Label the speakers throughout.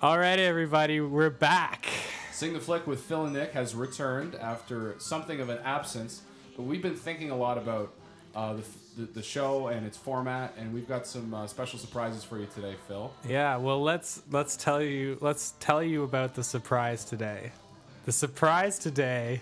Speaker 1: All right, everybody, we're back.
Speaker 2: Sing the Flick with Phil and Nick has returned after something of an absence, but we've been thinking a lot about uh, the, the, the show and its format, and we've got some uh, special surprises for you today, Phil.
Speaker 1: Yeah, well let's let's tell you let's tell you about the surprise today. The surprise today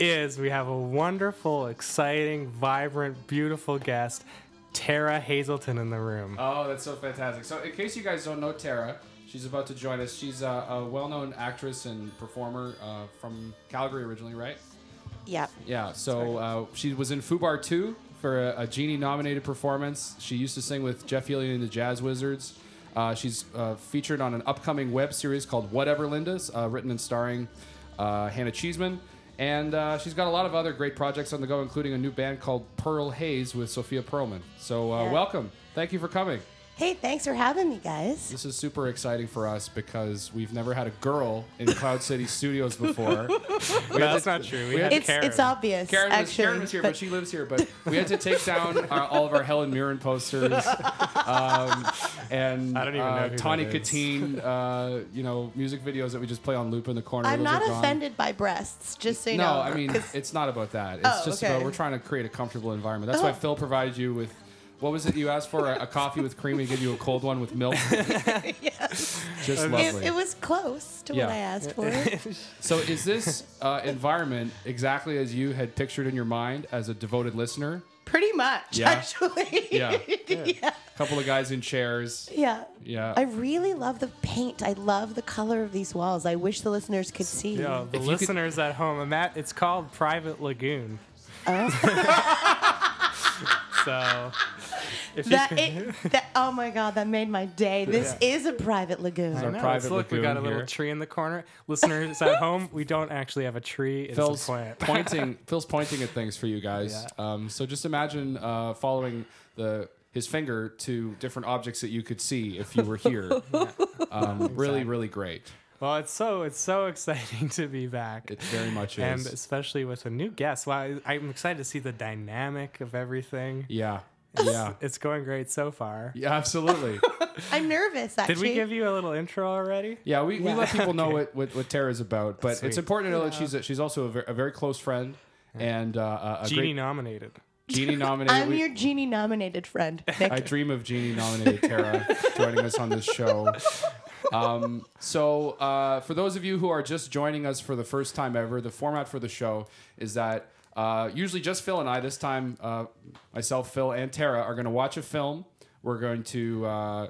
Speaker 1: is we have a wonderful, exciting, vibrant, beautiful guest, Tara Hazelton in the room.
Speaker 2: Oh, that's so fantastic. So, in case you guys don't know Tara, she's about to join us. She's a, a well known actress and performer uh, from Calgary originally, right?
Speaker 3: Yep.
Speaker 2: Yeah, so uh, she was in Fubar 2 for a, a Genie nominated performance. She used to sing with Jeff Healy and the Jazz Wizards. Uh, she's uh, featured on an upcoming web series called Whatever Linda's, uh, written and starring uh, Hannah Cheeseman. And uh, she's got a lot of other great projects on the go, including a new band called Pearl Haze with Sophia Perlman. So, uh,
Speaker 3: Yeah.
Speaker 2: welcome. Thank you for coming.
Speaker 3: Hey, thanks for having me, guys.
Speaker 2: This is super exciting for us because we've never had a girl in Cloud City Studios before.
Speaker 1: that's not true. We
Speaker 2: we
Speaker 1: had
Speaker 2: had-
Speaker 3: It's
Speaker 1: Karen.
Speaker 3: it's obvious,
Speaker 2: Karen was,
Speaker 3: actually.
Speaker 2: Karen was here, but, she lives here. But we had to take down our, all of our Helen Mirren posters, um, and
Speaker 1: I don't even
Speaker 2: uh,
Speaker 1: know who
Speaker 2: Tawny
Speaker 1: that is.
Speaker 2: Katine, uh, you know, music videos that we just play on loop in the corner.
Speaker 3: I'm
Speaker 2: Those
Speaker 3: not
Speaker 2: are gone.
Speaker 3: offended by breasts, just so you
Speaker 2: No,
Speaker 3: know.
Speaker 2: I mean
Speaker 3: 'cause
Speaker 2: it's not about that. It's
Speaker 3: Oh,
Speaker 2: just
Speaker 3: okay.
Speaker 2: about we're trying to create a comfortable environment. That's why
Speaker 3: Oh.
Speaker 2: Phil provided you with. What was it you asked for? A, a coffee with cream and give you a cold one with milk?
Speaker 3: yes.
Speaker 2: Just lovely.
Speaker 3: it, it was close to
Speaker 2: Yeah.
Speaker 3: what I asked for.
Speaker 2: So is this uh, environment exactly as you had pictured in your mind as a devoted listener?
Speaker 3: Pretty much,
Speaker 2: Yeah.
Speaker 3: actually.
Speaker 2: Yeah.
Speaker 3: yeah.
Speaker 2: Couple of guys in chairs.
Speaker 3: Yeah.
Speaker 2: Yeah.
Speaker 3: I really love the paint. I love the color of these walls. I wish the listeners could see.
Speaker 1: Yeah, the
Speaker 2: If you could-
Speaker 1: listeners at home, and that it's called Private Lagoon.
Speaker 3: uh,
Speaker 1: so, if
Speaker 3: That,
Speaker 1: you can,
Speaker 3: it, that oh my god, that made my day. This is a private lagoon.
Speaker 1: I
Speaker 2: our
Speaker 1: know, let's
Speaker 2: private
Speaker 1: look, we got a
Speaker 2: lagoon
Speaker 1: little
Speaker 2: here.
Speaker 1: tree in the corner. Listeners at home, we don't actually have a tree; it's
Speaker 2: Phil's
Speaker 1: a plant.
Speaker 2: pointing. Phil's pointing at things for you guys. Um, so just imagine uh, following the his finger to different objects that you could see if you were here. um, really, really great.
Speaker 1: Well, it's so it's so exciting to be back,
Speaker 2: It very much
Speaker 1: and
Speaker 2: is.
Speaker 1: especially with a new guest. Wow, I- I'm excited to see the dynamic of everything.
Speaker 2: yeah. Yeah.
Speaker 1: It's going great so far.
Speaker 2: Yeah, absolutely.
Speaker 3: I'm nervous actually.
Speaker 1: Did we give you a little intro already?
Speaker 2: Yeah, we, we
Speaker 3: Yeah.
Speaker 2: let people know what, what, what Tara's about, but
Speaker 1: Sweet.
Speaker 2: it's important to know that she's a, she's also a ver- a very close friend and uh, a, a
Speaker 1: Genie
Speaker 2: great
Speaker 1: nominated.
Speaker 2: Genie nominated.
Speaker 3: I'm
Speaker 2: We-
Speaker 3: your genie nominated friend. Nick.
Speaker 2: I dream of Genie nominated Tara joining us on this show. Um, so, uh, for those of you who are just joining us for the first time ever, the format for the show is that uh, usually just Phil and I, this time uh, myself, Phil, and Tara are going to watch a film. We're going to uh,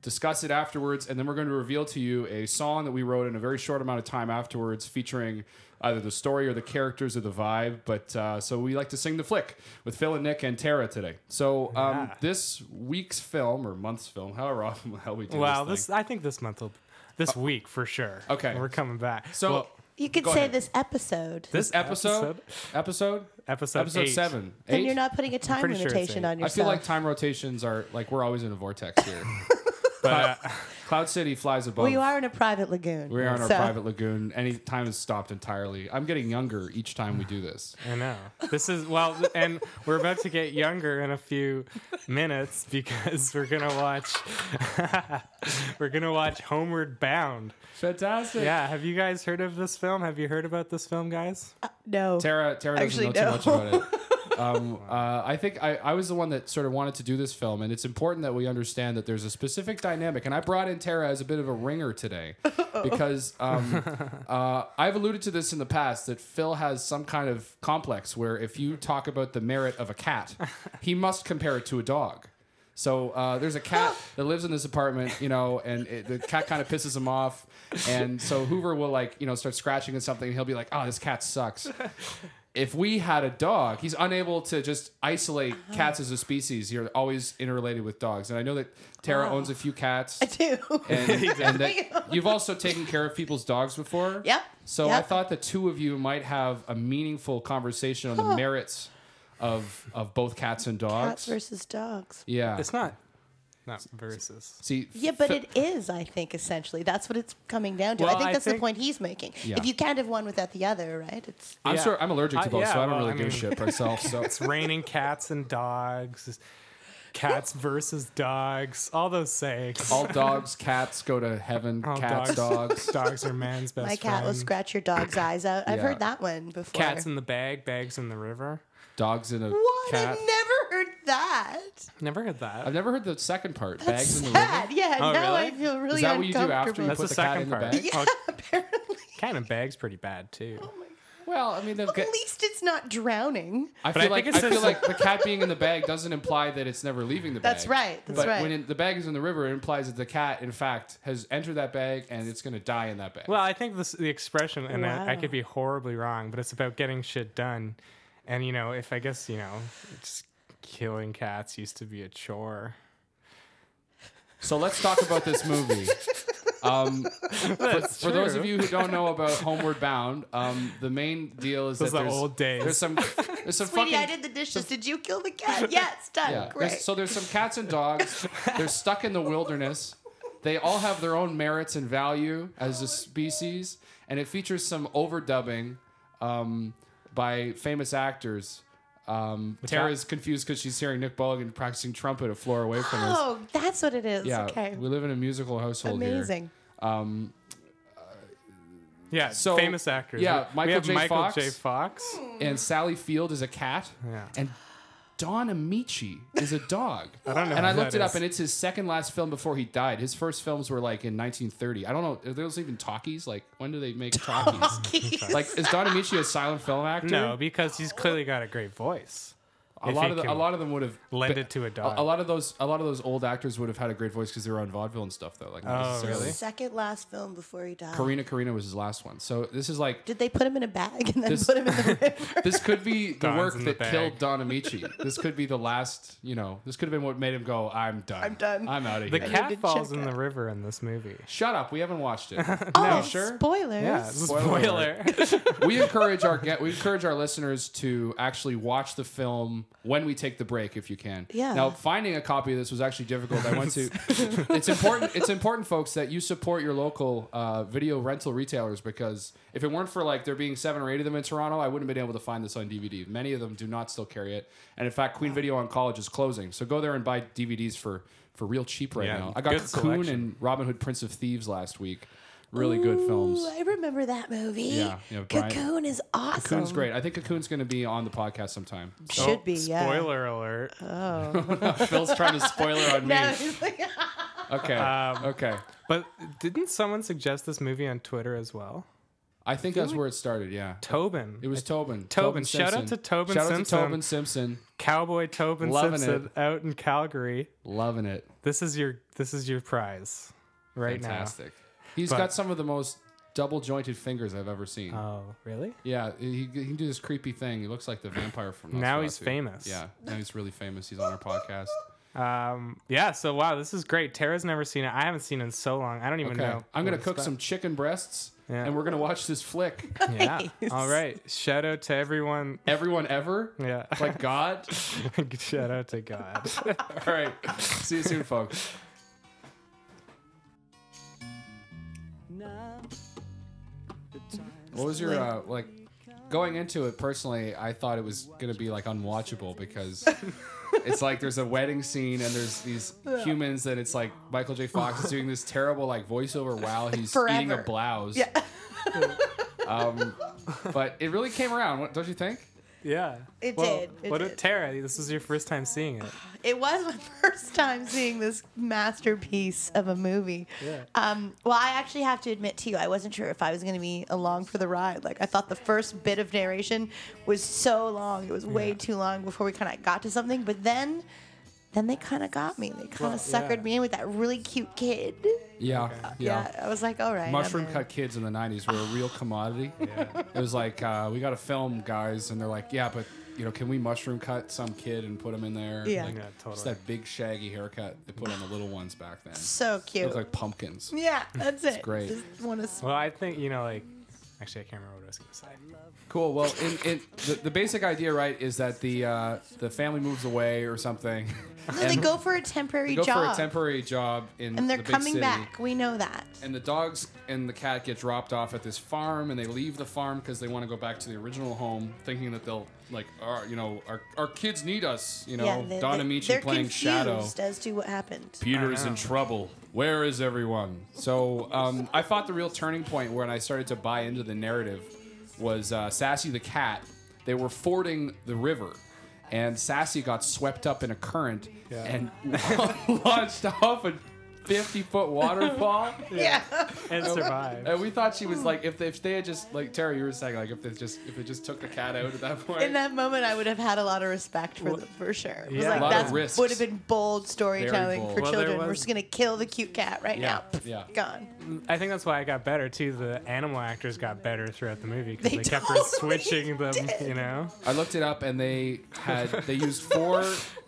Speaker 2: discuss it afterwards, and then we're going to reveal to you a song that we wrote in a very short amount of time afterwards, featuring either the story or the characters or the vibe. But uh, so we like to sing the flick with Phil and Nick and Tara today. So um,
Speaker 1: Yeah.
Speaker 2: this week's film or month's film, however often the hell we do
Speaker 1: Wow,
Speaker 2: this. Oh.
Speaker 1: this, I think this month will, this week for sure.
Speaker 2: okay.
Speaker 1: we're coming back.
Speaker 2: So
Speaker 1: Well,
Speaker 3: you could
Speaker 2: Go
Speaker 3: say
Speaker 2: ahead.
Speaker 3: this episode.
Speaker 1: this
Speaker 2: episode, episode,
Speaker 1: Episode eight.
Speaker 2: seven,
Speaker 3: and
Speaker 2: eight.
Speaker 3: you're not putting a time
Speaker 1: pretty sure it's
Speaker 3: limitation
Speaker 1: eight.
Speaker 3: on
Speaker 2: I
Speaker 3: yourself.
Speaker 2: feel like time rotations are like we're always in a vortex here. but uh, Cloud City flies above.
Speaker 3: we are in a private lagoon.
Speaker 2: We are in our
Speaker 3: so-
Speaker 2: private lagoon. Any time is stopped entirely. I'm getting younger each time we do this.
Speaker 1: I know. This is well, th- and we're about to get younger in a few minutes because we're gonna watch. we're gonna watch Homeward Bound.
Speaker 2: Fantastic.
Speaker 1: Yeah, have you guys heard of this film? Have you heard about this film, guys?
Speaker 2: Uh,
Speaker 3: No.
Speaker 2: Tara, Tara doesn't
Speaker 3: Actually,
Speaker 2: know
Speaker 3: no.
Speaker 2: too much about it. Um, uh, I think I, I was the one that sort of wanted to do this film, and it's important that we understand that there's a specific dynamic. And I brought in Tara as a bit of a ringer today because um, uh, I've alluded to this in the past that Phil has some kind of complex where if you talk about the merit of a cat, he must compare it to a dog. So uh, there's a cat that lives in this apartment, you know, and it, the cat kind of pisses him off, and so Hoover will like, you know, start scratching at something, and he'll be like, "Oh, this cat sucks." if we had a dog, he's unable to just isolate cats as a species. You're always interrelated with dogs. And I know that Tara owns a few cats.
Speaker 3: I do.
Speaker 2: And, and that you've also taken care of people's dogs before.
Speaker 3: Yep,
Speaker 2: So I
Speaker 3: yep.
Speaker 2: thought the two of you might have a meaningful conversation on the merits of of both cats and dogs.
Speaker 3: Cats versus dogs.
Speaker 2: yeah.
Speaker 1: It's not. Not versus.
Speaker 2: See,
Speaker 3: Yeah, but it is, I think, essentially. That's what it's coming down to.
Speaker 1: Well,
Speaker 3: I think
Speaker 1: I
Speaker 3: that's
Speaker 1: think-
Speaker 3: the point he's making.
Speaker 2: Yeah.
Speaker 3: If you can't have one without the other, right? It's
Speaker 2: I'm
Speaker 1: Yeah.
Speaker 2: sure I'm allergic
Speaker 1: I-
Speaker 2: to both,
Speaker 1: yeah,
Speaker 2: so I don't
Speaker 1: well,
Speaker 2: really
Speaker 1: I
Speaker 2: give a
Speaker 1: mean-
Speaker 2: shit myself. So
Speaker 1: It's raining cats and dogs. cats versus dogs, all those sayings.
Speaker 2: All dogs, cats go to heaven.
Speaker 1: All
Speaker 2: cats, dogs.
Speaker 1: dogs are man's best
Speaker 3: My cat will
Speaker 1: friend.
Speaker 3: scratch your dog's eyes out. I've
Speaker 2: Yeah.
Speaker 3: heard that one before.
Speaker 1: Cats in the bag, bags in the river.
Speaker 2: Dogs in a
Speaker 3: what?
Speaker 2: cat.
Speaker 3: I've never heard that.
Speaker 1: Never heard that.
Speaker 2: I've never heard the second part.
Speaker 3: That's
Speaker 2: Bags in the river.
Speaker 3: sad. Yeah,
Speaker 1: Oh,
Speaker 3: now
Speaker 1: really?
Speaker 3: I feel really
Speaker 2: Is that what you do
Speaker 3: uncomfortable.
Speaker 2: after you
Speaker 1: That's
Speaker 2: put
Speaker 1: the
Speaker 2: the cat
Speaker 1: second
Speaker 2: in the
Speaker 1: part.
Speaker 2: bag?
Speaker 3: Yeah, apparently.
Speaker 1: Cat in a bag's pretty bad too.
Speaker 2: Well, I mean, the
Speaker 3: At least it's not drowning.
Speaker 2: I
Speaker 1: But
Speaker 2: feel
Speaker 1: I
Speaker 2: like
Speaker 1: think
Speaker 2: I
Speaker 1: it says
Speaker 2: feel like
Speaker 1: like-
Speaker 2: the cat being in the bag doesn't imply that it's never leaving the bag.
Speaker 3: That's right, that's
Speaker 2: but
Speaker 3: right.
Speaker 2: when it, the bag is in the river, it implies that the cat, in fact, has entered that bag and it's going to die in that bag.
Speaker 1: Well, I think this, the expression, and I, I
Speaker 3: Wow.
Speaker 1: could be horribly wrong, but it's about getting shit done. And you know, if I guess you know, just killing cats used to be a chore.
Speaker 2: so let's talk about this movie. Um,
Speaker 1: That's
Speaker 2: for those of
Speaker 1: true.
Speaker 2: you who don't know about Homeward Bound, um, the main deal is
Speaker 1: Those
Speaker 2: that
Speaker 1: are the
Speaker 2: there's,
Speaker 1: old days.
Speaker 2: there's some there's some
Speaker 3: Sweetie,
Speaker 2: fucking
Speaker 3: I did the dishes. Did you kill the cat? Yes, done.
Speaker 2: Yeah.
Speaker 3: Great.
Speaker 2: There's- so there's some cats and dogs. They're stuck in the wilderness. They all have their own merits and value as a species, and it features some overdubbing um, by famous actors. Um, Tara's confused because she's hearing Nick Bulligan practicing trumpet a floor away from us.
Speaker 3: oh, that's what it is.
Speaker 2: Yeah,
Speaker 3: okay.
Speaker 2: we live in a musical household here.
Speaker 3: Amazing.
Speaker 1: yeah,
Speaker 2: so-
Speaker 1: famous actors.
Speaker 2: yeah,
Speaker 1: We- we
Speaker 2: Michael
Speaker 1: have
Speaker 2: J.
Speaker 1: Michael
Speaker 2: Fox.
Speaker 1: J. Fox.
Speaker 3: Hmm.
Speaker 2: And Sally Field is a cat.
Speaker 1: Yeah.
Speaker 2: And Don Amici is a dog.
Speaker 1: I don't know.
Speaker 2: and
Speaker 1: who
Speaker 2: I looked
Speaker 1: that
Speaker 2: it up,
Speaker 1: is.
Speaker 2: and it's his second last film before he died. His first films were like in 1930. I don't know. Are those even talkies? Like, when do they make talkies?
Speaker 3: Keys.
Speaker 2: like, is Don Amici a silent film actor?
Speaker 1: no, because he's clearly got a great voice.
Speaker 2: A lot of the, a lot of them would have
Speaker 1: lend it to a dog.
Speaker 2: A, lot of those a lot of those old actors would have had a great voice because they were on vaudeville and stuff though. Like, not
Speaker 1: Oh,
Speaker 2: necessarily.
Speaker 1: really?
Speaker 3: Second last film before he died.
Speaker 2: Karina Karina was his last one. So this is like
Speaker 3: Did they put him in a bag and then
Speaker 2: This-
Speaker 3: put him in the river?
Speaker 2: this could be the
Speaker 1: Don's
Speaker 2: work
Speaker 1: in the
Speaker 2: that
Speaker 1: bag.
Speaker 2: killed Don Amici. this could be the last. You know, this could have been what made him go. I'm done.
Speaker 3: I'm done."
Speaker 2: I'm out of
Speaker 1: the
Speaker 2: here.
Speaker 3: need
Speaker 1: cat
Speaker 3: to
Speaker 1: falls
Speaker 3: check
Speaker 1: in the
Speaker 3: that.
Speaker 1: river in this movie.
Speaker 2: Shut up. We haven't watched it.
Speaker 3: oh,
Speaker 2: no, sure.
Speaker 3: spoilers.
Speaker 1: Yeah, it's a
Speaker 2: Spoiler
Speaker 1: spoiler.
Speaker 2: we encourage our ge- we encourage our listeners to actually watch the film when we take the break if you can.
Speaker 3: Yeah.
Speaker 2: Now finding a copy of this was actually difficult. I went to. it's important. It's important, folks, that you support your local uh, video rental retailers because if it weren't for like there being seven or eight of them in Toronto, I wouldn't have been able to find this on DVD. Many of them do not still carry it, and in fact, Queen Video on College is closing. So go there and buy DVDs for for real cheap right
Speaker 1: Yeah,
Speaker 2: now. I got
Speaker 1: good
Speaker 2: Cocoon
Speaker 1: selection.
Speaker 2: and Robin Hood Prince of Thieves last week. Really good films.
Speaker 3: Ooh, I remember that movie.
Speaker 2: Yeah, yeah, Brian-
Speaker 3: Cocoon is awesome.
Speaker 2: Cocoon's great. Oh, I think Cocoon's going to be on the podcast sometime.
Speaker 3: Should be,
Speaker 1: Oh,
Speaker 3: yeah. Uh.
Speaker 1: Spoiler alert.
Speaker 2: Phil's trying to spoiler on me.
Speaker 3: No, he's like,
Speaker 2: Okay.
Speaker 1: Um,
Speaker 2: okay.
Speaker 1: But didn't someone suggest this movie on Twitter as well?
Speaker 2: I think that's where it started. Yeah.
Speaker 1: Tobin.
Speaker 2: It was Tobin.
Speaker 1: Tobin. Shout out
Speaker 2: Simpson.
Speaker 1: to Tobin
Speaker 2: Shout
Speaker 1: Simpson.
Speaker 2: out to Tobin Simpson.
Speaker 1: Cowboy Tobin
Speaker 2: Loving
Speaker 1: Simpson out in Calgary.
Speaker 2: Loving it.
Speaker 1: This is your this is your prize right
Speaker 2: Fantastic. He's
Speaker 1: But-
Speaker 2: got some of the most double jointed fingers I've ever seen.
Speaker 1: now. Oh, really?
Speaker 2: yeah, he, he can do this creepy thing. He looks like the vampire from
Speaker 1: Now he's
Speaker 2: Nosferatu.
Speaker 1: famous.
Speaker 2: Yeah, now he's really famous. He's on our podcast.
Speaker 1: Um, yeah. So wow, this is great. Tara's never seen it. I haven't seen it in so long. I don't even
Speaker 2: Okay,
Speaker 1: know.
Speaker 2: I'm gonna
Speaker 1: what it's
Speaker 2: cook
Speaker 1: about.
Speaker 2: some chicken breasts,
Speaker 1: Yeah.
Speaker 2: and we're gonna watch this flick.
Speaker 1: Yeah. All right. Shout out to everyone.
Speaker 2: Everyone ever,
Speaker 1: Yeah.
Speaker 2: like God.
Speaker 1: Shout out to God.
Speaker 2: All right, see you soon, folks.
Speaker 4: Now the time
Speaker 2: What was your uh, like going into it personally? I thought it was gonna be like unwatchable because it's like there's a wedding scene and there's these humans and it's like Michael J. Fox is doing this terrible like voiceover while he's eating a
Speaker 3: Forever.
Speaker 2: blouse. Yeah. um, but it really came around, what, don't you think?
Speaker 1: yeah.
Speaker 3: It
Speaker 1: Well,
Speaker 3: did. It
Speaker 1: what
Speaker 3: did.
Speaker 1: a- Tara? This is your first time seeing it.
Speaker 3: It was my first time seeing this masterpiece of a movie.
Speaker 1: Yeah.
Speaker 3: Um, well, I actually have to admit to you, I wasn't sure if I was going to be along for the ride. Like, I thought the first bit of narration was so long; it was way too long before we kind of got to something. But then, then they kind of got me. They kind
Speaker 1: Well,
Speaker 3: of suckered
Speaker 1: yeah.
Speaker 3: me in with that really cute kid.
Speaker 2: Yeah,
Speaker 3: Uh, Yeah, I was like, all right. I'm
Speaker 2: Mushroom
Speaker 3: in.
Speaker 2: cut kids in the 90s were a real commodity. It was like, uh, we got a film, guys. And they're like, yeah, but, you know, can we mushroom cut some kid and put him in there?
Speaker 3: Yeah.
Speaker 2: Like,
Speaker 1: Yeah,
Speaker 2: Just
Speaker 1: totally.
Speaker 2: that big, shaggy haircut they put on the little ones back then.
Speaker 3: So
Speaker 2: They
Speaker 3: cute.
Speaker 2: look like pumpkins.
Speaker 3: yeah, that's it.
Speaker 2: great.
Speaker 3: Just want to
Speaker 1: Well, I think you know, like Actually, I can't remember what I was going to say.
Speaker 2: Cool. Well, in, in the, the basic idea, right, is that the uh, the family moves away or something.
Speaker 3: No, they go for a temporary
Speaker 2: They go
Speaker 3: job.
Speaker 2: for a temporary job in
Speaker 3: and they're
Speaker 2: the big
Speaker 3: coming
Speaker 2: city.
Speaker 3: back. We know that.
Speaker 2: And the dogs and the cat get dropped off at this farm, and they leave the farm because they want to go back to the original home, thinking that they'll like, our, you know, our, our kids need us. You know,
Speaker 3: they,
Speaker 2: Don
Speaker 3: they-
Speaker 2: Amici
Speaker 3: they're
Speaker 2: playing
Speaker 3: confused
Speaker 2: Shadow.
Speaker 3: as to what happened.
Speaker 2: Peter is
Speaker 1: I
Speaker 2: in
Speaker 1: know.
Speaker 2: trouble. Where is everyone? So um, I thought the real turning point when I started to buy into the narrative was uh, Sassy the cat. They were fording the river, and Sassy got swept up in a current and launched off a 50 foot waterfall.
Speaker 3: Yeah.
Speaker 1: And survive.
Speaker 2: And we thought she
Speaker 3: Hmm.
Speaker 2: was like, if they, if they had just like Terry, you were saying like if they just if they just took the cat out at that point.
Speaker 3: In that moment, I would have had a lot of respect for them, for sure. It was
Speaker 1: yeah.
Speaker 3: like,
Speaker 1: A lot of
Speaker 3: that
Speaker 2: risks.
Speaker 3: would have been bold storytelling
Speaker 2: bold.
Speaker 3: for
Speaker 1: Well, there
Speaker 3: children. We're
Speaker 1: was-
Speaker 3: just gonna kill the cute cat right
Speaker 2: Yeah,
Speaker 3: now.
Speaker 2: yeah.
Speaker 3: Gone.
Speaker 1: I think that's why I got better too. The animal actors got better throughout the movie because
Speaker 3: They
Speaker 1: they, kept
Speaker 3: totally
Speaker 1: switching them.
Speaker 3: did.
Speaker 1: You know,
Speaker 2: I looked it up, and they had they used four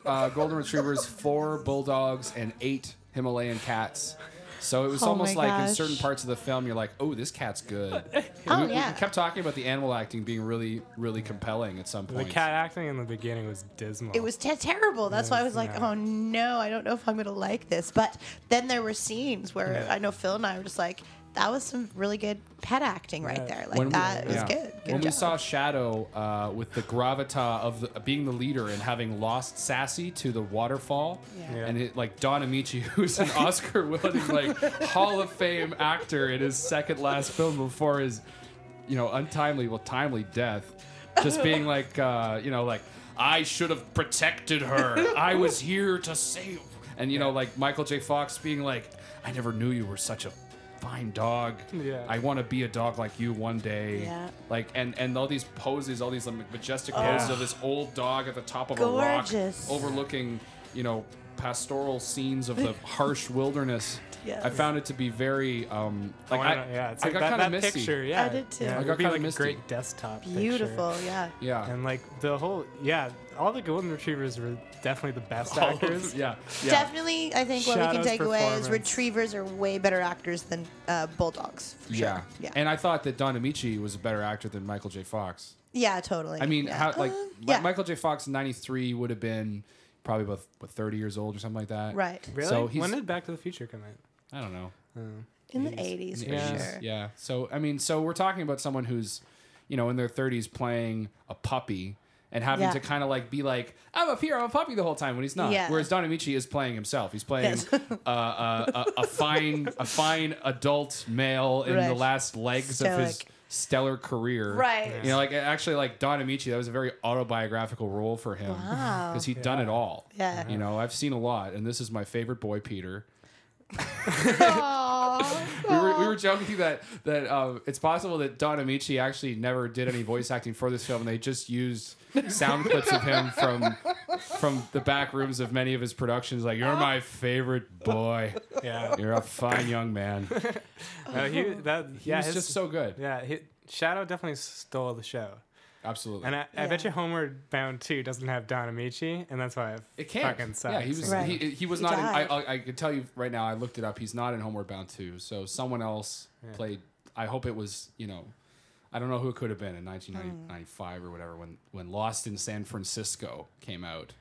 Speaker 2: uh, golden retrievers, four bulldogs, and eight Himalayan cats. So it was
Speaker 3: Oh
Speaker 2: almost
Speaker 3: my
Speaker 2: like in
Speaker 3: gosh.
Speaker 2: certain parts of the film, you're like, "Oh, this cat's good."
Speaker 3: Oh,
Speaker 2: we, we
Speaker 3: yeah.
Speaker 2: kept talking about the animal acting being really, really compelling at some
Speaker 1: the
Speaker 2: point.
Speaker 1: cat acting in the beginning was dismal.
Speaker 3: It was te- terrible. That's why I was like,
Speaker 1: Yeah.
Speaker 3: oh no, I don't know if I'm gonna like this. But then there were scenes where
Speaker 1: Yeah.
Speaker 3: I know Phil and I were just like, that was some really good pet acting right
Speaker 1: Yeah.
Speaker 3: there. Like
Speaker 2: we-
Speaker 3: that was
Speaker 2: yeah.
Speaker 3: good. Good
Speaker 2: when we
Speaker 3: job.
Speaker 2: saw Shadow uh, with the gravita of the, being the leader and having lost Sassy to the waterfall,
Speaker 3: Yeah.
Speaker 1: Yeah.
Speaker 2: and it, like Don Amici, who's an Oscar-winning like Hall of Fame actor in his second last film before his, you know, untimely well timely death, just being like, uh, you know, like I should have protected her. I was here to save. And you know, like Michael J. Fox being like, I never knew you were such a fine dog.
Speaker 1: Yeah.
Speaker 2: I want to be a dog like you one day.
Speaker 3: Yeah.
Speaker 2: Like and and all these poses, all these like, majestic
Speaker 1: Yeah.
Speaker 2: poses of this old dog at the top of
Speaker 3: Gorgeous.
Speaker 2: a rock, overlooking you know pastoral scenes of the harsh wilderness.
Speaker 3: Yes.
Speaker 2: I found it to be very um like I,
Speaker 1: wanna- yeah, it's
Speaker 2: I
Speaker 1: like
Speaker 2: got
Speaker 1: that,
Speaker 2: kind of
Speaker 1: that
Speaker 2: misty.
Speaker 1: picture. Yeah,
Speaker 3: I did too.
Speaker 1: Yeah,
Speaker 3: I
Speaker 1: it
Speaker 2: got
Speaker 1: would be
Speaker 2: kinda
Speaker 1: like
Speaker 2: misty.
Speaker 1: a great desktop. picture.
Speaker 3: beautiful. Yeah.
Speaker 2: Yeah.
Speaker 1: And like the whole, yeah, all the golden retrievers were definitely the best
Speaker 2: All of-
Speaker 1: actors.
Speaker 2: yeah. Yeah.
Speaker 3: Definitely, I think what we can
Speaker 1: Shadow's
Speaker 3: take away is
Speaker 1: performance.
Speaker 3: retrievers are way better actors than uh, bulldogs. For sure.
Speaker 2: Yeah.
Speaker 3: yeah,
Speaker 2: And I thought that Don Amici was a better actor than Michael J. Fox.
Speaker 3: yeah, totally.
Speaker 2: I mean,
Speaker 3: yeah.
Speaker 2: how like
Speaker 3: Uh,
Speaker 2: Mi-
Speaker 3: yeah,
Speaker 2: Michael J. Fox in '93 would have been probably about what 30 years old or something like that.
Speaker 3: right
Speaker 1: Really?
Speaker 2: So he's-
Speaker 1: when did Back to the Future come out?
Speaker 2: I don't know.
Speaker 3: in the eighties for
Speaker 2: Yeah.
Speaker 3: sure.
Speaker 2: Yeah. So I mean, so we're talking about someone who's, you know, in their 30s playing a puppy and having
Speaker 3: Yeah.
Speaker 2: to kind of like be like, I'm a hero, I'm a puppy the whole time when he's not.
Speaker 3: Yeah.
Speaker 2: Whereas Don Amici is playing himself. He's playing
Speaker 3: Yes.
Speaker 2: uh, uh, a, a fine, a fine adult male in the
Speaker 3: Right.
Speaker 2: last legs of his
Speaker 3: Stoic.
Speaker 2: stellar career.
Speaker 3: Right.
Speaker 2: You know, like actually, like Don Amici, that was a very autobiographical role for him
Speaker 3: Wow.
Speaker 2: because he had done it all.
Speaker 3: Yeah.
Speaker 2: You know, I've seen a lot, and this is my favorite boy, Peter. we were we were joking that that um, it's possible that Don Amici actually never did any voice acting for this film, and they just used sound clips of him from from the back rooms of many of his productions. Like, you're my favorite boy.
Speaker 1: Yeah.
Speaker 2: You're a fine young man.
Speaker 1: No, he, that,
Speaker 2: Yeah,
Speaker 1: yeah,
Speaker 2: he's
Speaker 1: his-
Speaker 2: just so good.
Speaker 1: Yeah, he, Shadow definitely stole the show.
Speaker 2: Absolutely.
Speaker 1: And I, I bet
Speaker 3: Yeah.
Speaker 1: you Homeward Bound 2 doesn't have Don Amici, and that's why it,
Speaker 2: It can't.
Speaker 1: fucking sucks.
Speaker 2: yeah, he was.
Speaker 3: Right.
Speaker 2: He, he was
Speaker 3: He
Speaker 2: not. In, I,
Speaker 3: died.
Speaker 2: I, I can tell you right now. I looked it up. He's not in Homeward Bound two. So someone else played. I hope it was. You know, I don't know who it could have
Speaker 3: Hmm.
Speaker 2: been in 1995 or whatever when when Lost in San Francisco came out.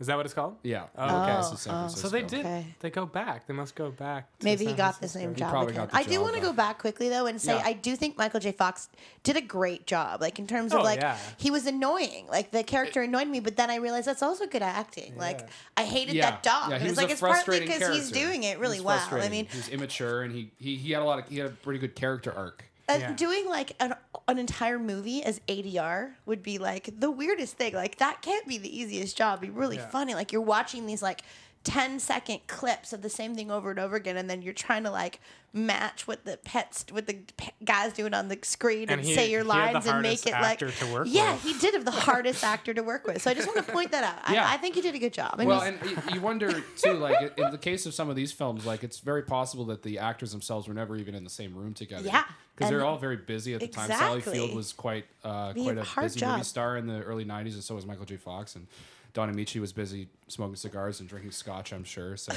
Speaker 1: Is that what it's called?
Speaker 2: Yeah.
Speaker 1: Oh, okay.
Speaker 2: Lost in San
Speaker 3: Oh, oh.
Speaker 2: Francisco.
Speaker 1: So they did.
Speaker 3: Okay.
Speaker 1: They go back. They must go back. to
Speaker 3: Maybe he
Speaker 1: San
Speaker 3: got the
Speaker 1: Francisco.
Speaker 3: same job.
Speaker 2: probably
Speaker 3: again.
Speaker 2: got the
Speaker 3: I do
Speaker 2: job,
Speaker 3: want to
Speaker 2: though.
Speaker 3: go back quickly though and say
Speaker 2: Yeah.
Speaker 3: I do think Michael J. Fox did a great job. Like in terms of
Speaker 1: Oh,
Speaker 3: like
Speaker 1: yeah.
Speaker 3: he was annoying. Like the character annoyed me, but then I realized that's also good acting. Like
Speaker 1: Yeah.
Speaker 3: I hated
Speaker 2: Yeah.
Speaker 3: that dog.
Speaker 2: Yeah,
Speaker 3: it
Speaker 2: he
Speaker 3: was,
Speaker 2: was
Speaker 3: like
Speaker 2: a
Speaker 3: it's partly
Speaker 2: frustrating
Speaker 3: because he's
Speaker 2: character.
Speaker 3: doing it
Speaker 2: He
Speaker 3: really
Speaker 2: was
Speaker 3: well. I
Speaker 2: frustrating.
Speaker 3: mean,
Speaker 2: he was immature and he, he he had a lot of he had a pretty good character arc.
Speaker 3: And
Speaker 1: Yeah.
Speaker 3: Uh, doing like an, an entire movie as ADR would be like the weirdest thing. Like that can't be the easiest job. It'd be really
Speaker 1: Yeah.
Speaker 3: funny. Like you're watching these like 10 second clips of the same thing over and over again, and then you're trying to like match what the pets what the pe- guys doing on the screen and,
Speaker 1: And he-
Speaker 3: say your
Speaker 1: he had the
Speaker 3: lines and make
Speaker 1: hardest
Speaker 3: it like
Speaker 1: actor to work
Speaker 3: yeah,
Speaker 1: with.
Speaker 3: he did have the hardest actor to work with. So I just want to point that out.
Speaker 2: Yeah.
Speaker 3: I, I think he did a good job. And
Speaker 2: Well,
Speaker 3: he's-
Speaker 2: and y- you wonder too, like in the case of some of these films, like it's very possible that the actors themselves were never even in the same room together.
Speaker 3: Yeah,
Speaker 2: because they're
Speaker 3: and-
Speaker 2: all very busy at the time. Sally
Speaker 3: Exactly.
Speaker 2: Field was quite uh,
Speaker 3: Be a
Speaker 2: quite a
Speaker 3: hard
Speaker 2: busy movie
Speaker 3: job.
Speaker 2: star in the early '90s, and so was Michael J. Fox and. Don Amici was busy smoking cigars and drinking scotch, I'm sure. So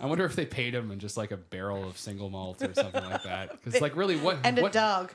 Speaker 2: I wonder if they paid him in just like a barrel of single malt or something like that. Because like really, what
Speaker 3: and
Speaker 2: what,
Speaker 3: a dog.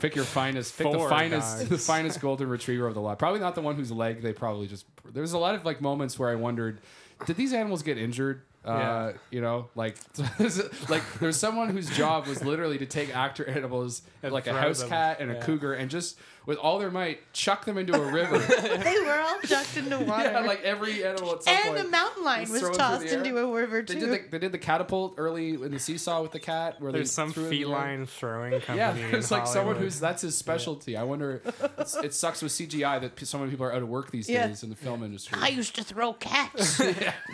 Speaker 2: Pick your finest. Pick the
Speaker 1: Four
Speaker 2: finest.
Speaker 1: dogs.
Speaker 2: The finest golden retriever of the lot. Probably not the one whose leg they probably just. There's a lot of like moments where I wondered, did these animals get injured? Uh,
Speaker 1: Yeah.
Speaker 2: You know, like there's like there's someone whose job was literally to take actor animals,
Speaker 1: And
Speaker 2: like a
Speaker 1: throw
Speaker 2: house
Speaker 1: them.
Speaker 2: cat and a
Speaker 1: Yeah.
Speaker 2: cougar, and just with all their might chuck them into a river.
Speaker 3: they were all chucked into water.
Speaker 2: yeah, like every animal at some
Speaker 3: and
Speaker 2: point.
Speaker 3: a mountain lion
Speaker 2: Just
Speaker 3: was
Speaker 2: throw it through
Speaker 3: tossed
Speaker 2: the air.
Speaker 3: into a river
Speaker 2: They
Speaker 3: too.
Speaker 2: did, the, they did the catapult early in the seesaw with the cat. Where
Speaker 1: There's
Speaker 2: they
Speaker 1: some
Speaker 2: threw it in the air.
Speaker 1: feline throwing company.
Speaker 2: Yeah,
Speaker 1: in
Speaker 2: there's like someone
Speaker 1: Hollywood.
Speaker 2: who's that's his specialty. I wonder. It's, it sucks with CGI that p- so many people are out of work these
Speaker 3: Yeah.
Speaker 2: days in the film industry.
Speaker 3: I used to throw cats.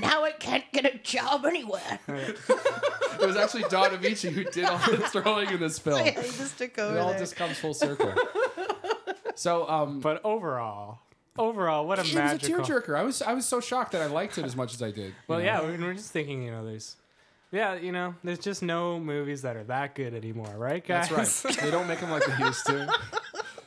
Speaker 3: Now I can't get a job anywhere.
Speaker 2: It was actually Don Avici who did all the throwing in this film.
Speaker 3: I
Speaker 2: It
Speaker 3: just took over.
Speaker 2: all
Speaker 3: there.
Speaker 2: just comes full circle. So, um,
Speaker 1: But overall, overall, what a
Speaker 2: it was a
Speaker 1: magical.
Speaker 2: tearjerker. I was I was so shocked that I liked it as much as I did. you
Speaker 1: well,
Speaker 2: know?
Speaker 1: yeah, we we're just thinking, you know, there's, yeah, you know, there's just no movies that are that good anymore, right, guys?
Speaker 2: That's right. They don't make them like they used to.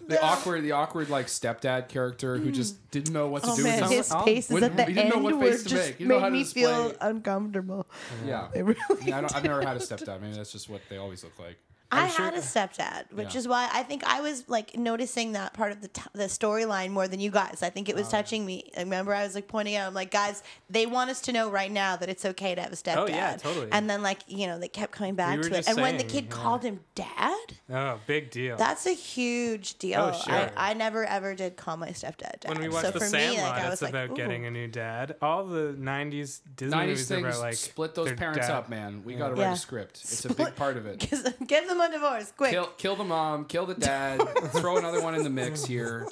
Speaker 2: The awkward, the awkward like stepdad character who just didn't know what to
Speaker 3: Mm. Oh
Speaker 2: do
Speaker 3: man,
Speaker 2: with
Speaker 3: his
Speaker 2: his
Speaker 1: someone-
Speaker 3: faces
Speaker 2: When-
Speaker 3: at the
Speaker 2: you didn't
Speaker 3: end
Speaker 2: know what
Speaker 3: were
Speaker 2: face
Speaker 3: just
Speaker 2: to make. You didn't know how
Speaker 3: made
Speaker 2: to
Speaker 3: me
Speaker 2: display
Speaker 3: feel
Speaker 2: it.
Speaker 3: uncomfortable.
Speaker 2: Yeah,
Speaker 3: They really
Speaker 2: yeah I don't, I've never had a stepdad. Maybe that's just what they always look like.
Speaker 3: I
Speaker 1: sure-
Speaker 3: had a stepdad, which
Speaker 2: Yeah.
Speaker 3: is why I think I was like noticing that part of the t- the storyline more than you guys. I think it was
Speaker 1: Oh,
Speaker 3: touching me. I remember I was like pointing out, I'm like, guys, they want us to know right now that it's okay to have a stepdad.
Speaker 1: Oh, yeah, totally.
Speaker 3: And then like you know they kept coming back
Speaker 1: were
Speaker 3: to it, and
Speaker 1: just
Speaker 3: when the
Speaker 1: saying,
Speaker 3: kid
Speaker 1: yeah.
Speaker 3: called him dad,
Speaker 1: Oh, big deal.
Speaker 3: that's a huge
Speaker 1: Oh,
Speaker 3: deal.
Speaker 1: sure.
Speaker 3: I, I never ever did call my stepdad dad.
Speaker 1: when we
Speaker 3: So
Speaker 1: watched The
Speaker 3: for me, like,
Speaker 1: Sandlot,
Speaker 3: I was
Speaker 1: it's
Speaker 3: like,
Speaker 1: about
Speaker 3: "Ooh."
Speaker 1: getting a new dad. All the '90s Disney
Speaker 2: 90s
Speaker 1: movies are
Speaker 2: things
Speaker 1: about like
Speaker 2: split those
Speaker 1: their
Speaker 2: parents
Speaker 1: dad.
Speaker 2: up, man. We got to write
Speaker 3: Yeah.
Speaker 2: a script. It's a big part of it.
Speaker 3: Give give them a divorce, quick.
Speaker 2: Kill, kill the mom, kill the dad, throw another one in the mix here.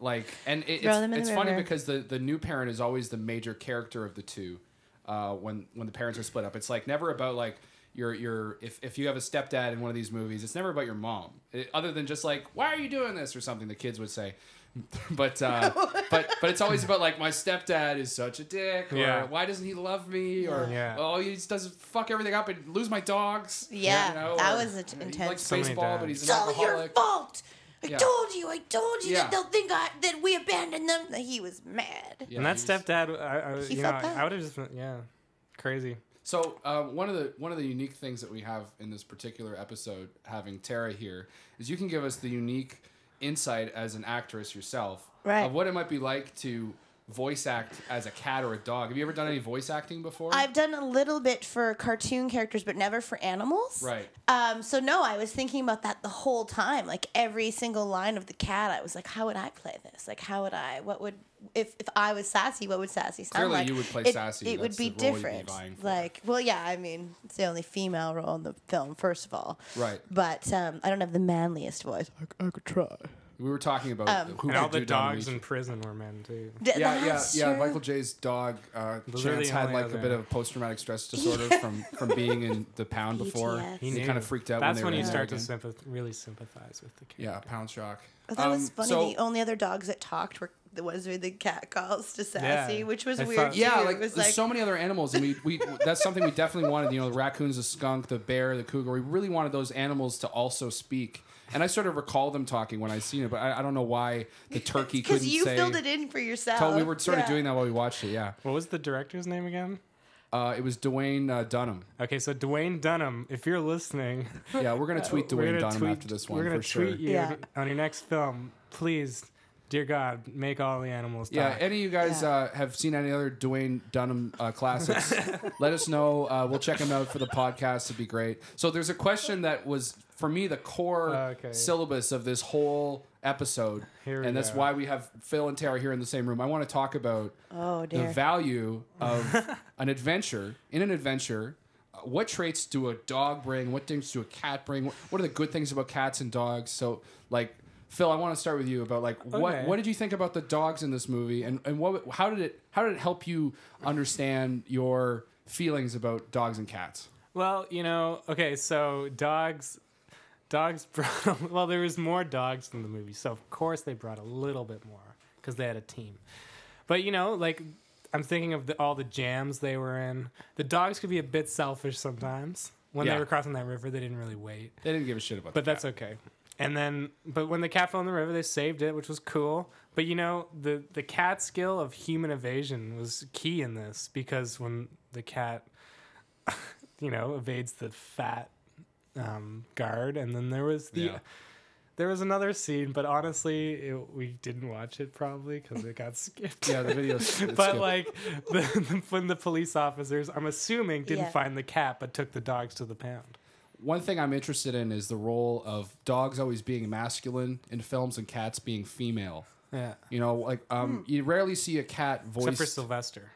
Speaker 2: Like, and it,
Speaker 3: Throw
Speaker 2: it's,
Speaker 3: them in
Speaker 2: it's
Speaker 3: the
Speaker 2: funny
Speaker 3: river.
Speaker 2: because the, the new parent is always the major character of the two. Uh, when when the parents are split up, it's like never about like your your if if you have a stepdad in one of these movies, it's never about your mom. It- other than just like, why are you doing this or something? The kids would say. But uh, but but it's always about like my stepdad is such a dick, or
Speaker 1: Yeah.
Speaker 2: why doesn't he love me, or
Speaker 1: Yeah.
Speaker 2: oh he just does fuck everything up and lose my dogs.
Speaker 3: Yeah, that was
Speaker 2: a
Speaker 3: int- intense.
Speaker 1: many
Speaker 2: baseball, but
Speaker 1: times.
Speaker 2: he's an
Speaker 3: It's all your
Speaker 2: alcoholic.
Speaker 3: fault. I
Speaker 2: Yeah.
Speaker 3: told you. I told you
Speaker 2: Yeah.
Speaker 3: that they'll think I, that we abandoned them. He was mad.
Speaker 2: Yeah,
Speaker 1: And that
Speaker 2: he's-
Speaker 1: stepdad, I, I,
Speaker 3: He
Speaker 1: you know,
Speaker 3: felt
Speaker 1: I,
Speaker 3: bad.
Speaker 1: would have just, been, yeah, crazy.
Speaker 2: So um, one of the one of the unique things that we have in this particular episode, having Tara here, is you can give us the unique insight as an actress yourself
Speaker 3: Right.
Speaker 2: of what it might be like to voice act as a cat or a dog. Have you ever done any voice acting before?
Speaker 3: I've done a little bit for cartoon characters, but never for animals.
Speaker 2: Right.
Speaker 3: Um, so no, I was thinking about that the whole time. Like every single line of the cat, I was like, how would I play this? Like, how would I? What would if if I was sassy? What would sassy sound
Speaker 2: Clearly
Speaker 3: like?
Speaker 2: you would play
Speaker 3: It-
Speaker 2: Sassy.
Speaker 3: It would
Speaker 2: That's
Speaker 3: be
Speaker 2: the role you'd be
Speaker 3: different.
Speaker 2: vying for.
Speaker 3: like, well, yeah. I mean, it's the only female role in the film, first of all.
Speaker 2: Right.
Speaker 3: But um, I don't have the manliest voice. I, I could try.
Speaker 2: we were talking
Speaker 3: um,
Speaker 2: about who
Speaker 1: And all
Speaker 2: could do
Speaker 1: the dogs
Speaker 2: Domination.
Speaker 1: in prison were men too.
Speaker 3: D-
Speaker 2: yeah, yeah,
Speaker 3: that's
Speaker 2: yeah.
Speaker 3: true.
Speaker 2: Michael J's dog uh,
Speaker 1: Those are
Speaker 2: Chance
Speaker 1: the
Speaker 2: had
Speaker 1: only
Speaker 2: like a
Speaker 1: other-
Speaker 2: bit of post traumatic stress disorder from from being in the pound before.
Speaker 3: PTSD.
Speaker 2: He, kind of freaked out.
Speaker 1: That's
Speaker 2: when,
Speaker 1: when,
Speaker 2: they
Speaker 1: you
Speaker 2: were
Speaker 1: start to
Speaker 2: in there
Speaker 1: sympath- really sympathize with the kid.
Speaker 2: again. Yeah, pound shock.
Speaker 3: Oh, that was
Speaker 2: Um,
Speaker 3: funny.
Speaker 2: so-
Speaker 3: the only other dogs that talked were the ones with the cat calls to Sassy,
Speaker 1: Yeah.
Speaker 3: which was
Speaker 1: I
Speaker 3: weird.
Speaker 1: thought-
Speaker 3: too.
Speaker 2: Yeah,
Speaker 3: It
Speaker 2: like,
Speaker 3: was
Speaker 2: there's so many other animals, and we, we that's something we definitely wanted. You know, the raccoons, the skunk, the bear, the cougar. We really wanted those animals to also speak. And I sort of recall them talking when I seen it, but I, I don't know why the turkey couldn't
Speaker 3: because you
Speaker 2: say.
Speaker 3: filled it in for yourself.
Speaker 2: So we were sort of
Speaker 3: Yeah.
Speaker 2: doing that while we watched it. Yeah,
Speaker 1: What was the director's name again?
Speaker 2: uh, it was Dwayne uh, Dunham.
Speaker 1: Okay, so Dwayne Dunham, if you're listening,
Speaker 2: Yeah, we're gonna tweet
Speaker 1: we're
Speaker 2: Dwayne
Speaker 1: gonna
Speaker 2: Dunham
Speaker 1: tweet-
Speaker 2: after this one
Speaker 1: We're gonna
Speaker 2: for sure.
Speaker 1: tweet you
Speaker 3: Yeah.
Speaker 1: on your next film. Please, dear God, make all the animals
Speaker 2: Yeah,
Speaker 1: talk.
Speaker 2: any of you guys
Speaker 3: Yeah.
Speaker 2: uh, have seen any other Dwayne Dunham uh, classics? let us know. Uh, we'll check him out for the podcast. It'd be great. So there's a question that was for me the core
Speaker 1: Uh, okay.
Speaker 2: syllabus of this whole episode,
Speaker 1: Here we
Speaker 2: and that's
Speaker 1: go.
Speaker 2: why we have Phil and Tara here in the same room. I want to talk about
Speaker 3: Oh
Speaker 2: the
Speaker 3: dear.
Speaker 2: value of an adventure. In an adventure. uh, What traits do a dog bring? What things do a cat bring? What- What are the good things about cats and dogs? So, like, Phil, I want to start with you about like what
Speaker 1: Okay.
Speaker 2: what did you think about the dogs in this movie, and, and what how did it how did it help you understand your feelings about dogs and cats?
Speaker 1: Well, you know, okay, so dogs, dogs brought. Well, there was more dogs in the movie, so of course they brought a little bit more because they had a team. But you know, like I'm thinking of the, all the jams they were in. The dogs could be a bit selfish sometimes. When
Speaker 2: Yeah.
Speaker 1: they were crossing that river, they didn't really wait,
Speaker 2: They didn't give a shit about.
Speaker 1: but
Speaker 2: the
Speaker 1: that's
Speaker 2: cat.
Speaker 1: okay. And then, but when the cat fell in the river, they saved it, which was cool. But you know, the the cat skill of human evasion was key in this because when the cat, you know, evades the fat um, guard, and then there was the
Speaker 2: Yeah.
Speaker 1: there was another scene, but honestly, it, we didn't watch it probably because it got skipped.
Speaker 2: Yeah, the video. it's
Speaker 1: But
Speaker 2: good.
Speaker 1: like the, the, when the police officers, I'm assuming, didn't
Speaker 3: Yeah.
Speaker 1: find the cat, but took the dogs to the pound.
Speaker 2: one thing I'm interested in is the role of dogs always being masculine in films and cats being female.
Speaker 1: Yeah,
Speaker 2: You know, like
Speaker 3: Hmm.
Speaker 2: um, you rarely see a cat
Speaker 1: except
Speaker 2: voice.
Speaker 1: for Sylvester.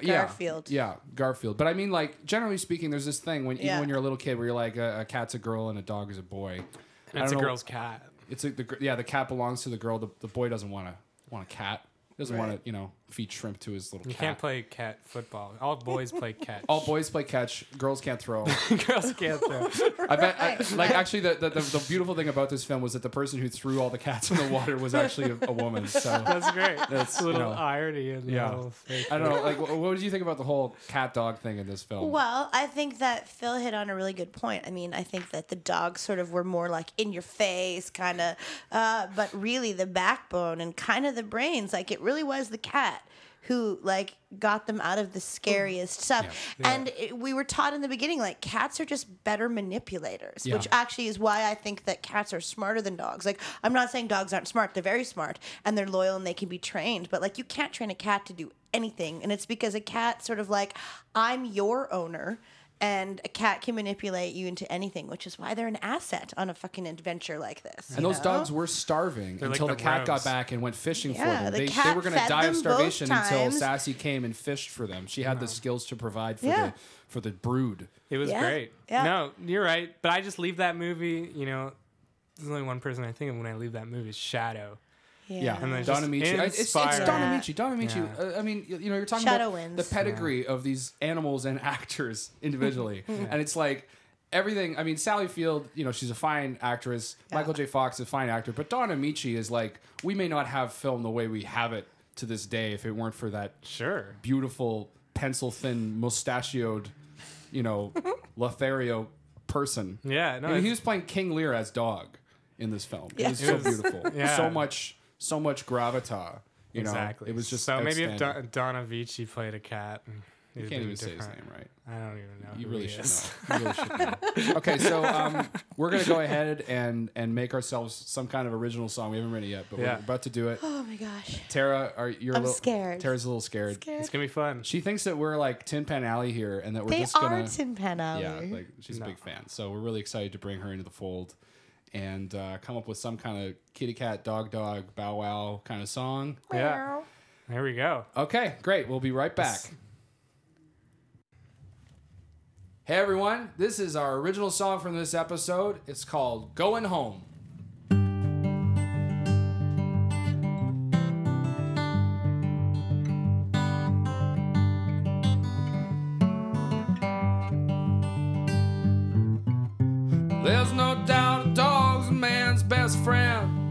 Speaker 2: Yeah,
Speaker 3: Garfield.
Speaker 2: Yeah, Garfield. But I mean, like generally speaking, there's this thing when even
Speaker 3: Yeah.
Speaker 2: when you're a little kid where you're like uh, a, a cat's a girl and a dog is a boy. I
Speaker 1: And it's a
Speaker 2: don't know-
Speaker 1: girl's cat.
Speaker 2: It's a, the, gr- yeah. The cat belongs to the girl. The, the boy doesn't want to want a cat. He doesn't want to you know feed shrimp to his little
Speaker 1: You
Speaker 2: cat.
Speaker 1: can't play cat football. All boys play catch.
Speaker 2: All boys play catch. Girls can't throw.
Speaker 1: girls can't throw.
Speaker 2: I bet, I, like, actually, the, the, the, the beautiful thing about this film was that the person who threw all the cats in the water was actually a, a woman. So
Speaker 1: That's great. That's a little
Speaker 2: you know.
Speaker 1: irony in the
Speaker 2: Yeah.
Speaker 1: whole thing.
Speaker 2: I don't know. Like, wh- what did you think about the whole cat dog thing in this film?
Speaker 3: Well, I think that Phil hit on a really good point. I mean, I think that the dogs sort of were more like in your face, kind of, uh, but really the backbone and kind of the brains. Like it really was the cat who like got them out of the scariest stuff. And it, we were taught in the beginning like cats are just better manipulators, which
Speaker 2: Yeah.
Speaker 3: actually is why I think that cats are smarter than dogs. Like I'm not saying dogs aren't smart; they're very smart and they're loyal and they can be trained. But like you can't train a cat to do anything, and it's because a cat sort of like I'm your owner. And a cat can manipulate you into anything, which is why they're an asset on a fucking adventure like this.
Speaker 2: and
Speaker 3: you
Speaker 2: those
Speaker 3: know?
Speaker 2: dogs were starving
Speaker 1: like
Speaker 2: until
Speaker 1: the
Speaker 2: the cat got
Speaker 1: rubs.
Speaker 2: back and went fishing
Speaker 3: Yeah,
Speaker 2: for them.
Speaker 3: the
Speaker 2: They, they
Speaker 3: cat
Speaker 2: were going to
Speaker 3: fed
Speaker 2: die
Speaker 3: them
Speaker 2: of
Speaker 3: both
Speaker 2: starvation until
Speaker 3: times.
Speaker 2: Sassy came and fished for them. She had the skills to provide for
Speaker 3: Yeah.
Speaker 2: the for the brood.
Speaker 1: It was
Speaker 3: Yeah,
Speaker 1: great.
Speaker 3: yeah.
Speaker 1: No, you're right. But I just leave that movie. You know, there's only one person I think of when I leave that movie is Shadow.
Speaker 2: Yeah,
Speaker 1: And then
Speaker 2: Don
Speaker 1: just
Speaker 2: Amici. I- It's, it's Don
Speaker 1: inspired.
Speaker 3: Yeah.
Speaker 2: Amici. Don Amici.
Speaker 1: Yeah.
Speaker 2: Uh, I mean, you you know, you're talking
Speaker 3: Shadow
Speaker 2: about
Speaker 3: wins.
Speaker 2: the pedigree of these animals and actors individually, and it's like everything. I mean, Sally Field. You know, she's a fine actress. Michael J. Fox is a fine actor, but Don Amici is like we may not have film the way we have it to this day if it weren't for that
Speaker 1: Sure.
Speaker 2: beautiful pencil thin mustachioed, you know, Lothario person.
Speaker 1: Yeah, no,
Speaker 2: I mean, he
Speaker 1: it's-
Speaker 2: was playing King Lear as dog in this film. It was
Speaker 3: Yes.
Speaker 2: so beautiful.
Speaker 1: Yeah.
Speaker 2: So much, so much gravitas. You
Speaker 1: exactly.
Speaker 2: know, it was just
Speaker 1: so. Maybe if
Speaker 2: outstanding.
Speaker 1: Don, Don Avicii played a cat, you
Speaker 2: I can't even say his name right.
Speaker 1: I don't even know.
Speaker 2: You
Speaker 1: who
Speaker 2: really
Speaker 1: he
Speaker 2: should
Speaker 1: is.
Speaker 2: know. You really should know. Okay, so um, we're gonna go ahead and and make ourselves some kind of original song. We haven't written it yet, but
Speaker 1: Yeah.
Speaker 2: we're about to do it.
Speaker 3: Oh my gosh.
Speaker 2: Tara, are you're a
Speaker 3: I'm
Speaker 2: little,
Speaker 3: scared.
Speaker 2: Tara's a little scared.
Speaker 1: It's gonna be fun.
Speaker 2: She thinks that we're like Tin Pan Alley here, and that we're
Speaker 3: They
Speaker 2: just
Speaker 3: are
Speaker 2: gonna
Speaker 3: Tin Pan Alley.
Speaker 2: yeah, like she's a big fan. So we're really excited to bring her into the fold and uh, come up with some kind of kitty cat, dog, dog, bow wow kind of song.
Speaker 1: Yeah. There we go.
Speaker 2: Okay, great. We'll be right back. Hey everyone, this is our original song from this episode. It's called Going Home. There's no doubt a dog's a man's best friend.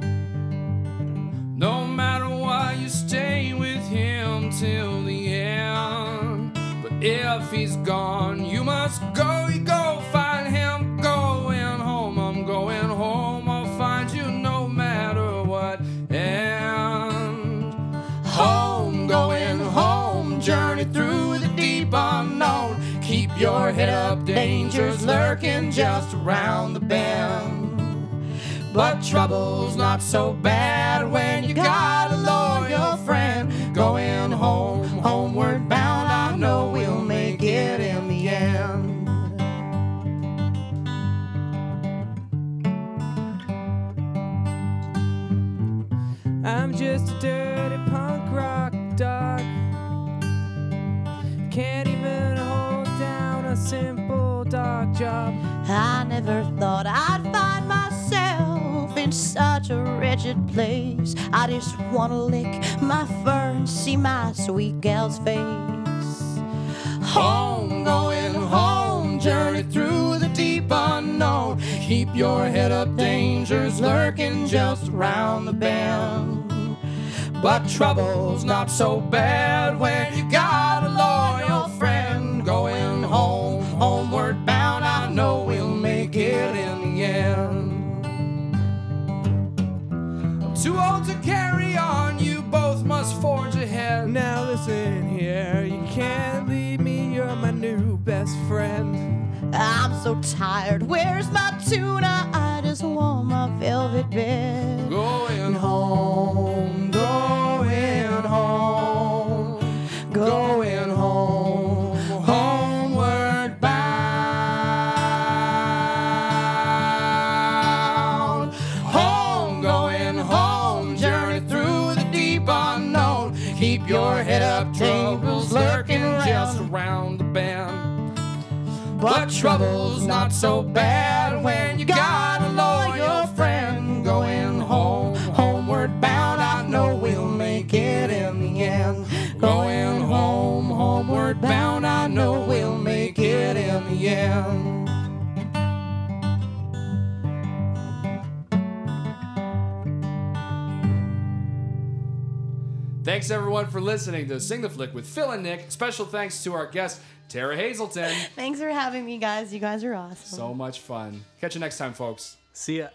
Speaker 2: No matter why you stay with him till the end. But if he's gone, you must go, you go find him. Going home, I'm going home. I'll find you no matter what. And home, going home, journey through the deep unknown. Keep your head up, danger's lurking just around the bend. But trouble's not so bad when you got a loyal friend. Going home, homeward bound, I know we'll make it in the end.
Speaker 5: I'm just a dirty punk rock dog. Can't even hold down a simple dog job.
Speaker 3: I never thought I'd find myself in such a wretched place. I just wanna lick my fur and see my sweet gal's face.
Speaker 2: Home, going home, journey through the deep unknown. Keep your head up, danger's lurking just around the bend. But trouble's not so bad when you got a loyal friend. Going home, homeward bound, I know we'll make it in the end. Too old to carry on, you both must forge ahead.
Speaker 5: Now listen here, you can't leave me, you're my new best friend.
Speaker 3: I'm so tired. Where's my tuna? I just want my velvet bed.
Speaker 2: Going home, going home, going home, homeward bound. Home, going home, journey through the deep unknown. Keep your head up, troubles lurking just around the bend. But trouble's not so bad when you got a loyal friend going home, homeward bound. I know we'll make it in the end. Going home, homeward bound. I know we'll make it in the end. Thanks everyone for listening to Sing the Flick with Phil and Nick. Special thanks to our guest Tara Hazelton.
Speaker 3: Thanks for having me, guys. You guys are awesome.
Speaker 2: So much fun. Catch you next time, folks.
Speaker 1: See ya.